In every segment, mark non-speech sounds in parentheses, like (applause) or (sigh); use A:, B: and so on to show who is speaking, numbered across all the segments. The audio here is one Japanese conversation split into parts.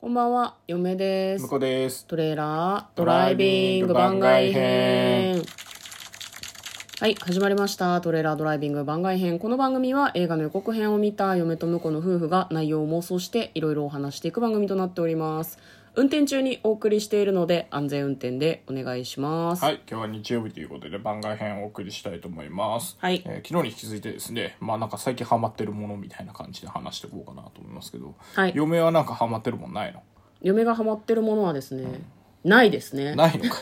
A: こんばんは、嫁です
B: 向。こうです。
A: トレーラード
B: ド
A: ラ
B: ラ
A: イ
B: イ
A: ビ
B: ビ
A: ング
B: ング
A: 番
B: 番
A: 外
B: 外
A: 編
B: 編。
A: はい、始まりました。トレーラードライビング番外編。この番組は映画の予告編を見た嫁と婿の夫婦が内容を妄想していろいろお話していく番組となっております。運転中にお送りしているので安全運転でお願いします。
B: はい、今日は日曜日ということで番外編をお送りしたいと思います。
A: はい
B: えー昨日に引き続いてですね、まあなんか最近ハマってるものみたいな感じで話していこうかなと思いますけど、
A: はい
B: 嫁はなんかハマってるもん
A: (laughs)
B: ないの？
A: 嫁がハマってるものはですね、ないですね。
B: ないのか。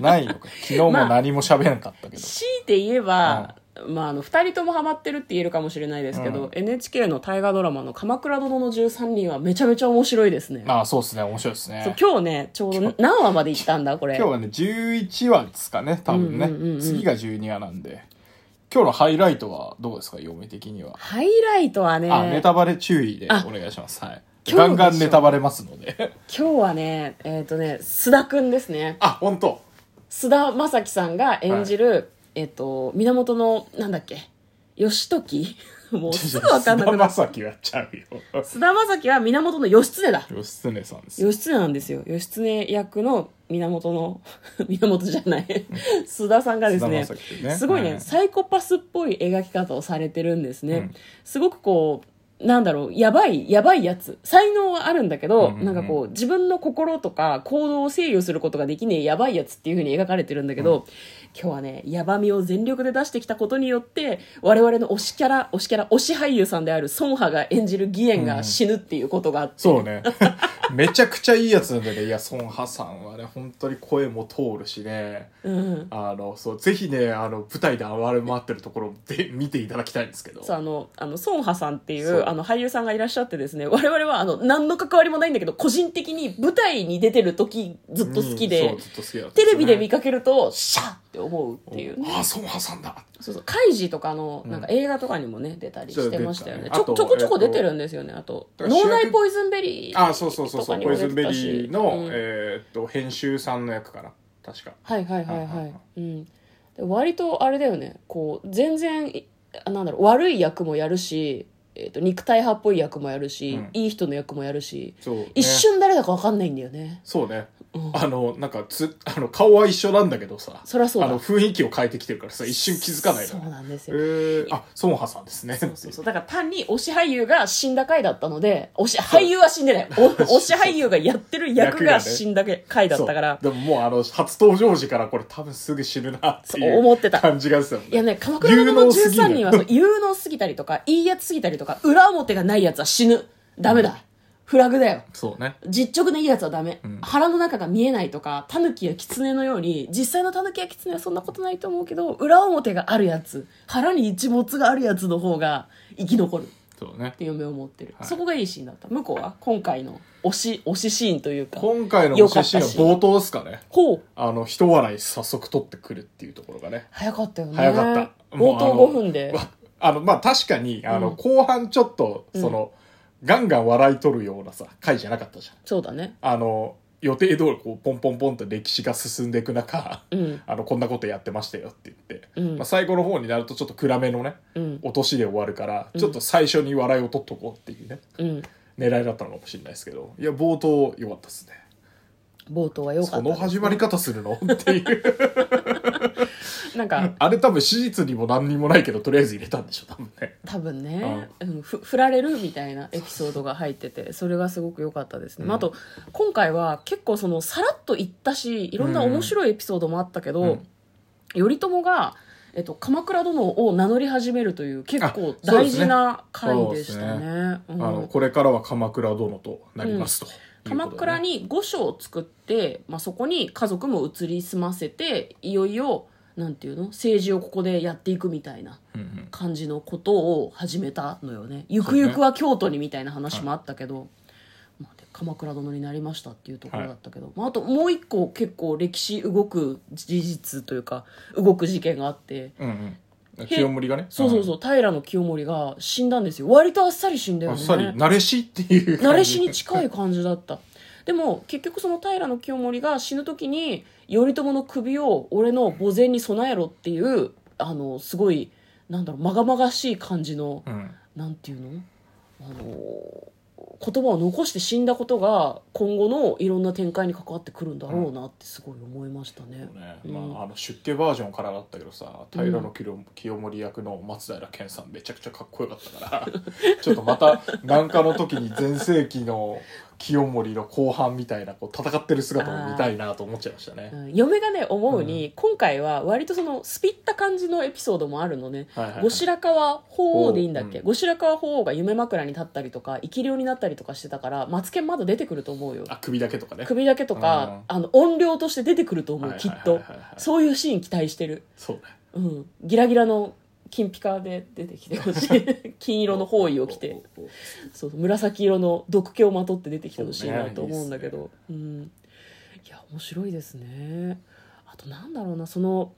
B: な
A: (laughs)
B: いのか。昨日も何も喋らなかったけど。
A: 強いて言えば、まあ、あの2人ともハマってるって言えるかもしれないですけど、
B: うん
A: NHK の大河ドラマの「鎌倉殿の13人」はめちゃめちゃ面白いですね
B: ああ、そうですね。面白いです
A: そう
B: ね。
A: 今日ねちょうど何話まで行ったんだこれ
B: 今日はね、11話ですかね、多分ね。
A: うんうんうんうん
B: 次が12話なんで。今日のハイライトはどうですか、嫁的には。
A: ハイライトはね
B: あ、ネ
A: 今
B: タバレ注意でお願いします。はい。
A: 今日でしょ
B: ガンガンネタバレますので。 (laughs)
A: 日はねえっ、とね須田くんですね
B: あ、本当。
A: 須田将暉さんが演じる、えっ、と源のなんだっけ義
B: (laughs)
A: 時もうすぐ分かんなくな
B: 菅
A: る
B: 田将暉やっちゃうよ。
A: 須田将暉は源の義経だ
B: 義経さんですよ。
A: 義経なんですよ義経役の源の (laughs) 源じゃない須田さんがですね
B: 菅田将暉ね
A: すごいね、
B: はい
A: サイコパスっぽい描き方をされてるんですね、
B: うん
A: すごくこうなんだろうやばいやばいやつ才能はあるんだけど、
B: うんうんうん
A: なんかこう自分の心とか行動を制御することができねえやばいやつっていう風に描かれてるんだけど、今日はねやばみを全力で出してきたことによって我々の推しキャラ推しキャラ推し俳優さんである孫波が演じる義援が死ぬっていうことがあって、
B: そうね。めちゃくちゃいいやつなんだけど、いや、孫波さんはね、本当に声も通るしね。
A: うん
B: あの、そう、ぜひね、あの、舞台で暴れ回ってるところで見ていただきたいんですけど。
A: そうあのあのソンハさんってい
B: そう
A: うあの俳優さんがいらっしゃってですね (laughs) 我々はあの何の関わりもないんだけど個人的に舞台に出てる時ずっと好きで、
B: うんそうずっと好きだった
A: テレビで見
B: か
A: かけるとシャッって思うっていうね
B: あ、孫波さんだ。
A: そうそうカイジとかの
B: うん
A: なんか映画とかにもね出たりしてましたよね
B: 出
A: ち
B: た
A: ょ
B: ね
A: ち
B: あと
A: ょこちょこ出てるんですよねあと「
B: だから主
A: 脳
B: 役
A: 内ポイズンベリー」
B: あ、そうそうそう
A: とか
B: そう、
A: に
B: ポ
A: も
B: イ
A: 出
B: ズ
A: て
B: ンベ
A: たし
B: リーの、
A: うん
B: えーっと、編集さんの役かな。確か。
A: はいはいはいは
B: はいはいい。
A: うん、で割とあれだよねこう全然いあなんだろう悪い役もやるし、えー、と肉体派っぽい役もやるし、
B: うん
A: いい人の役もやるし、
B: そう、ね
A: 一瞬誰だか分かんないんだよね
B: そうね、
A: うん
B: あのなんかつあの顔は一緒なんだけどさ
A: そりゃそう
B: あ
A: だ
B: の雰囲気を変えてきてるからさ一瞬気づかない
A: そ
B: の
A: う
B: ね
A: なんです
B: え
A: よ、
B: ー、あ孫波さんですね
A: そうそうそうだから単に推し俳優が死んだ回だったので推し俳優は死んでないお推し俳優がやってる役
B: 役が
A: が
B: ね
A: 死んだ回だったから
B: そうでももうあの初登場時からこれ多分すぐ死ぬなってい
A: そう
B: う
A: 思ってた
B: 感じがするもん
A: いや
B: ね
A: ね、鎌倉殿の
B: 有能すぎる
A: 13人はそう有能すぎたりとか、いいやつすぎたりとか、裏表がないやつは死ぬ。ダメだ。フラグだよ。
B: そうね
A: 実直でいいやつはダメ、
B: ん
A: 腹の中が見えないとかタヌキやキツネのように実際のタヌキやキツネはそんなことないと思うけど裏表があるやつ腹に一物があるやつの方が生き残るっ
B: そうね
A: て嫁を持ってる、
B: はい
A: そこがいいシーンだった向こうは今回の推し推しシーンというか
B: 今回の
A: 良かった
B: シーンは
A: し
B: 冒頭ですかね
A: ほう
B: あの人笑い早速取ってくるっていうところがね
A: 早かったよね
B: 早かった
A: 冒
B: もうあ
A: 頭
B: の
A: 5分で
B: わあのまあ確かにあの、
A: うん
B: 後半ちょっとその、ガンガン笑い取るようなさ回じゃなかったじゃん
A: そうだね
B: あの、予定通りこう、ポンポンポンと歴史が進んでいく中、
A: うん
B: あの、こんなことやってましたよって言って、
A: うん
B: まあ、最後の方になるとちょっと暗めのね、
A: うん
B: 落としで終わるから、ちょっと最初に笑いを取っとこうっていうね、
A: うん
B: 狙いだったのかもしれないですけど、いや、冒頭良かったですね。
A: 冒頭は良かったで
B: そ
A: すね
B: の始まり方するのっ
A: (laughs)
B: ていう。
A: なんか
B: あれ多分史実にも何にもないけど、とりあえず入れたんでしょ、多分ね。
A: 多分ね、うん、ふ振られるみたいなエピソードが入っててそれがすごく良かったですね、まあ、あと今回は結構そのさらっと言ったしいろんな面白いエピソードもあったけど、
B: うん
A: 頼朝が、えっと、鎌倉殿を名乗り始めるという結構
B: あそう
A: 大
B: ですね
A: 事な回でしたねう
B: あ
A: ん
B: の、これからは鎌倉殿となりますと。
A: 鎌倉
B: いう
A: に御所を作って、まあ、そこに家族も移り住ませていよいよなんていうの政治をここでやっていくみたいな
B: ことでね。うんうん
A: 感じのことを始めたのよねゆくゆくは京都にみたいな話もあったけど、まあで鎌倉殿になりましたっていうところだったけど、まあ、あともう一個結構歴史動く事実というか動く事件があって
B: うんうん。清盛がね。
A: そうそうそう平清盛が死んだんですよ割とあっさり死んだよ
B: あっ
A: ね
B: さり、慣れしっていう感じ。
A: 慣れ死に近い感じだったでも結局その平清盛が死ぬ時に頼朝の首を俺の墓前に備えろっていうあのすごいなんだろうまがまがしい感じの
B: うん。
A: なんていうのあの言葉を残して死んだことが今後のいろんな展開に関わってくるんだろうなってすごい思いましたね。
B: ね
A: うん
B: まあ、あの出家バージョンからだったけどさ平野清清盛役の松平健さんめちゃくちゃかっこよかったから (laughs) ちょっとまたなんかの時に全盛期の清盛の後半みたいなこう戦ってる姿を見たいなと思っちゃいましたね
A: う。ん嫁がね思うに、今回は割とそのスピった感じのエピソードもあるのね、
B: はいはいはい
A: 後白河法皇でいいんだっけ、
B: うん
A: 後白河法皇が夢枕に立ったりとか生き霊になったりとかしてたからマツケンまだ出てくると思うよ
B: あ首だけとかね。
A: 首だけとか、あの音量として出てくると思う、
B: はいはい
A: き
B: はい
A: っ
B: はい
A: と、
B: はい
A: そういうシーン期待してる、
B: そうね。
A: うん、ギラギラの金ピカで出てきてほし
B: (laughs)
A: い金色の包囲を着て
B: おおお
A: そうそう紫色の毒気をまとって出てきてほしいなと思うんだけどう、ん、いや面白いですねあとなんだろうなその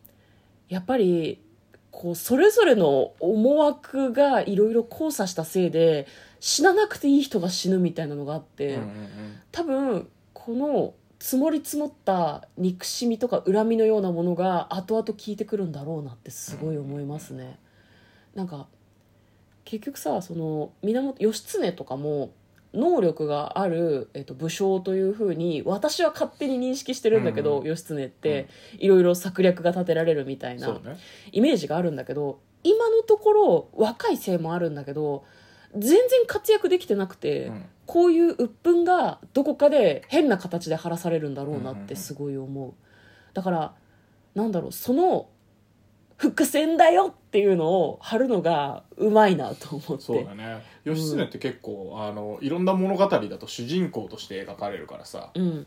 A: やっぱりこうそれぞれの思惑がいろいろ交差したせいで死ななくていい人が死ぬみたいなのがあって、
B: うんうんうん
A: 多分この積もり積もった憎しみとか恨みのようなものが後々効いてくるんだろうなってすごい思いますね。なんか結局さその源義経とかも能力がある、えっと、武将というふうに私は勝手に認識してるんだけど、
B: うんうん
A: 義経っていろいろ策略が立てられるみたいな、
B: そうね。
A: イメージがあるんだけど今のところ若いせいもあるんだけど全然活躍できてなくて。
B: うん
A: こういう鬱憤がどこかで変な形で晴らされるんだろうなってすごい思う,、だからなんだろうその伏線だよっていうのを貼るのがうまいなと思って
B: そうだね義経って結構、あのいろんな物語だと主人公として描かれるからさ
A: うん、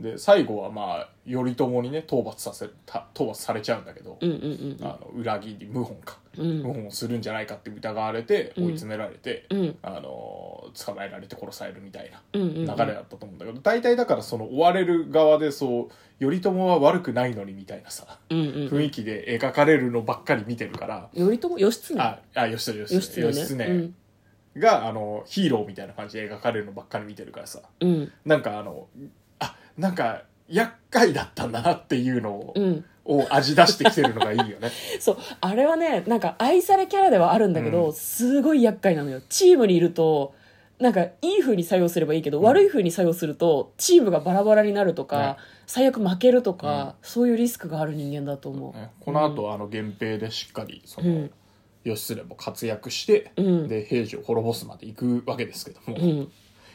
B: で最後はまあ頼朝にね討伐させた討伐されちゃうんだけど、
A: うんうん
B: あの裏切り謀反か、
A: うんうん
B: 謀反をするんじゃないかって疑われて
A: うん
B: 追い詰められて、
A: うん
B: あの捕まえられて殺されるみたいな
A: うんうん
B: 流れだったと思うんだけど、大体だからその追われる側でそう頼朝は悪くないのにみたいなさ
A: うんうん
B: 雰囲気で描かれるのばっかり見てるから、
A: 頼朝義経
B: ああ義経義
A: 義
B: 経
A: 経ね
B: 義経、があのヒーローみたいな感じで描かれるのばっかり見てるからさ
A: うんうん
B: なんかあのあなんか厄介だったんだなっていうのを,、
A: うん
B: を味出してきてるのがいいよね
A: そうあれはねなんか愛されキャラではあるんだけど、
B: うん
A: すごい厄介なのよチームにいるとなんかいい風に作用すればいいけど、
B: うん
A: 悪い風に作用するとチームがバラバラになるとか、
B: ね
A: 最悪負けるとか、そういうリスクがある人間だと思う、
B: ねこの後、あの源平でしっかりその、
A: うん
B: 義経も活躍して、
A: うん
B: で平治を滅ぼすまで行くわけですけども、
A: う
B: い
A: ん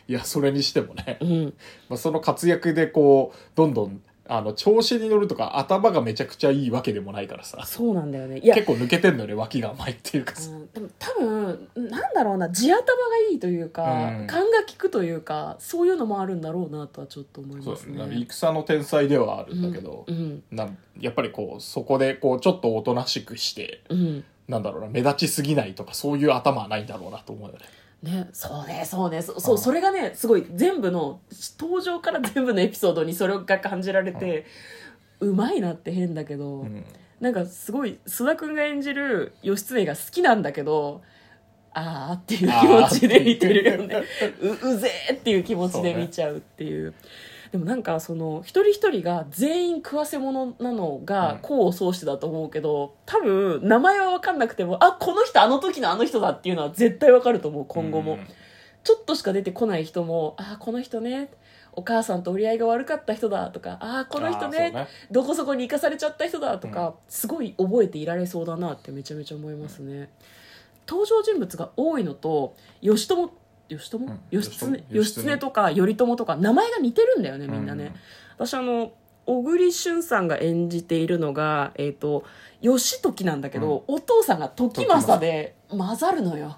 B: やそれにしてもね、
A: うん
B: まあ、その活躍でこうどんどんあの調子に乗るとか頭がめちゃくちゃいいわけでもないからさ
A: そうなんだよねいや
B: 結構抜けてんのよね脇が甘いっていうかさ、
A: うんでも多分なんだろうな地頭がいいというか、
B: うん
A: 勘が利くというかそういうのもあるんだろうなとはちょっと思い
B: そう
A: ま
B: ですすね
A: ね
B: だから戦の天才ではあるんだけど、
A: うん
B: なんやっぱりこうそこでこうちょっとおとなしくして
A: うん
B: なんだろうな目立ちすぎないとかそういう頭はないんだろうなと思うよね
A: ね、そうねそうねそそう
B: うん
A: それがねすごい全部の登場から全部のエピソードにそれが感じられて、うまいなって変だけど、
B: うん
A: なんかすごい須田君が演じる義経が好きなんだけどああっていう気持ちで見てるよねううぜーっていう気持ちで見ちゃうっていう。でもなんかその一人一人が全員食わせ者なの
B: う
A: が
B: ん
A: 功を奏してだと思うけど多分名前は分かんなくてもあこの人あの時のあの人だっていうのは絶対分かると思う今後も、
B: うん
A: ちょっとしか出てこない人も、ああ、この人ね、お母さんと折り合いが悪かった人だとか、ああ、この人ね
B: あーそうね
A: どこそこに行かされちゃった人だとか、すごい覚えていられそうだなってめちゃめちゃ思いますね。登場人物が多いのと、義朝、義朝、
B: ん
A: 義経
B: 義、経
A: 義経とか頼朝とか、名前が似てるんだよね、みんなね。私あの小栗旬さんが演じているのが、えー、と義時なんだけど、お父さんが時政で混ざるのよ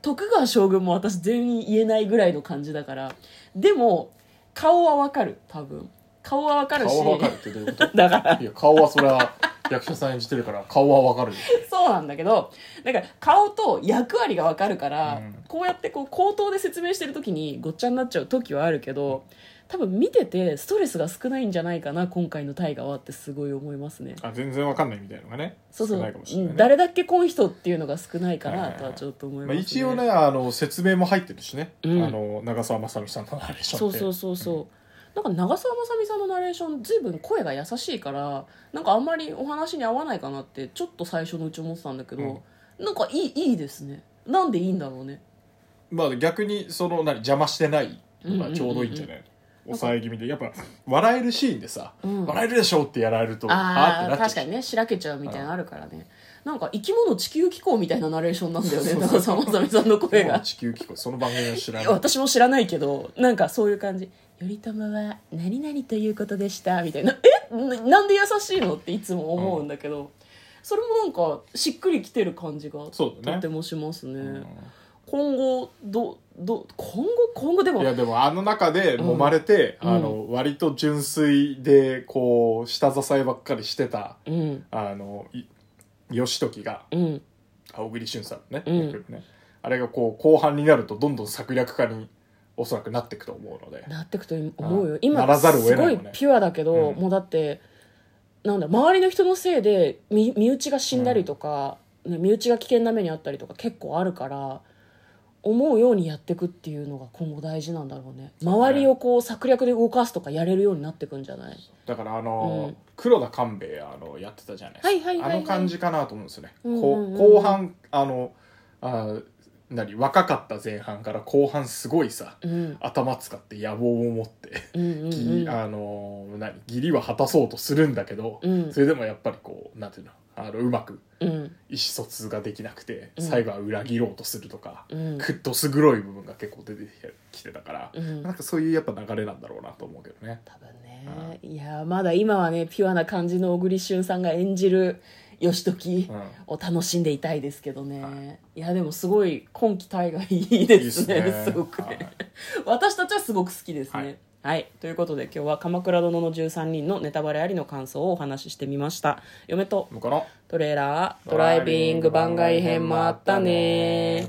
A: 徳川将軍も私全員言えないぐらいの感じだからでも顔はわかる多分顔はわか
B: うん
A: るし
B: 顔はわかるってどういうこ
A: (laughs) だから
B: といや (laughs) 顔はそれは役者さん演じてるから顔はわかるよ
A: そうなんだけどなんか顔と役割がわかるから、
B: うん
A: こうやってこう口頭で説明してる時にごっちゃになっちゃう時はあるけど多分見ててストレスが少ないんじゃないかな今回の大河はってすごい思いますね。
B: あ全然わかんないみたいなのがね
A: そうそう、
B: 少ないかもしれ
A: うん
B: ない、ね
A: 誰だっけこん人っていうのが少ないか
B: は
A: ない
B: はいはい
A: とはちょっと思い
B: ま
A: ます、
B: あ、一応ねあの説明も入ってるしね、
A: うん
B: あの長澤まさみさんのナレーション
A: そ
B: っ
A: う
B: て
A: そうそうそう、なんか長澤まさみさんのナレーション随分声が優しいからなんかあんまりお話に合わないかなってちょっと最初のうち思ってたんだけど、なんかいいいいですねなんでいいんだろうね
B: まあ逆にその何邪魔してないのがちょうどいいんじゃない、抑え気味でやっぱ笑えるシーンでさ、
A: うん
B: 笑えるでしょってやられると
A: あ
B: ー
A: あ確かにねしらけちゃうみたいなのあるからねなんか生き物地球気候みたいなナレーションなんだよねだからさまさみさんの声
B: もう
A: が
B: 地球気候その番組は知ら
A: い
B: ない
A: や私も知らないけどなんかそういう感じ「頼朝は何々ということでした」みたいな「えななんで優しいの?」っていつも思うんだけど、それもなんかしっくりきてる感じが
B: そうだね
A: とてもしますね、
B: うん
A: 今後どど今後今後でも
B: いやでもあの中で揉まれて、
A: うん
B: あの割と純粋でこう下支えばっかりしてた
A: うん
B: あのい義時が
A: うん
B: 青栗旬さんのね,、
A: うん
B: 役ねあれがこう後半になるとどんどん策略家におそらくなっていくと思うので
A: なってくと思う
B: う
A: よ
B: ん
A: 今
B: ならざるを得
A: す
B: ないも
A: ご
B: んね
A: いピュアだけど、
B: うん
A: もうだってなんだ周りの人のせいで身身内が死んだりとか、ね、身内が危険な目にあったりとか結構あるから思うようにやっていくっていうのが今後大事なんだろうね周りをこう策略で動かすとかやれるようになってくんじゃない
B: だからあの、
A: うん
B: 黒田官兵衛あのやってたじゃないですか、
A: はいはいはいはい
B: あの感じかなと思うんですよね、
A: うん
B: こ
A: うんうん
B: 後半あのあ何若かった前半から後半すごいさ
A: うん
B: 頭使って野望を持って、
A: うんうん
B: ぎ
A: うん
B: あの何義理は果たそうとするんだけど、
A: うん
B: それでもやっぱりこうなんていうのあのうまく
A: うん
B: 意思疎通ができなくて、
A: うん
B: 最後は裏切ろうとするとか、
A: うん
B: くっどす黒い部分が結構出てきてたから、
A: うん
B: なんかそういうやっぱ流れなんだろうなと思うけどね。
A: 多分ねいやまだ今はねピュアな感じの小栗旬さんが演じる義時
B: うん
A: を楽しんでいたいですけどね、、
B: はい
A: やでもすごい今季大河いいですね
B: いいっすね
A: すごくね、
B: はい
A: 私たちはすごく好きですね
B: はい
A: はい、ということで今日は「鎌倉殿の13人」のネタバレありの感想をお話ししてみました嫁と
B: 向こうの
A: トレーラードライビング番外編もあったね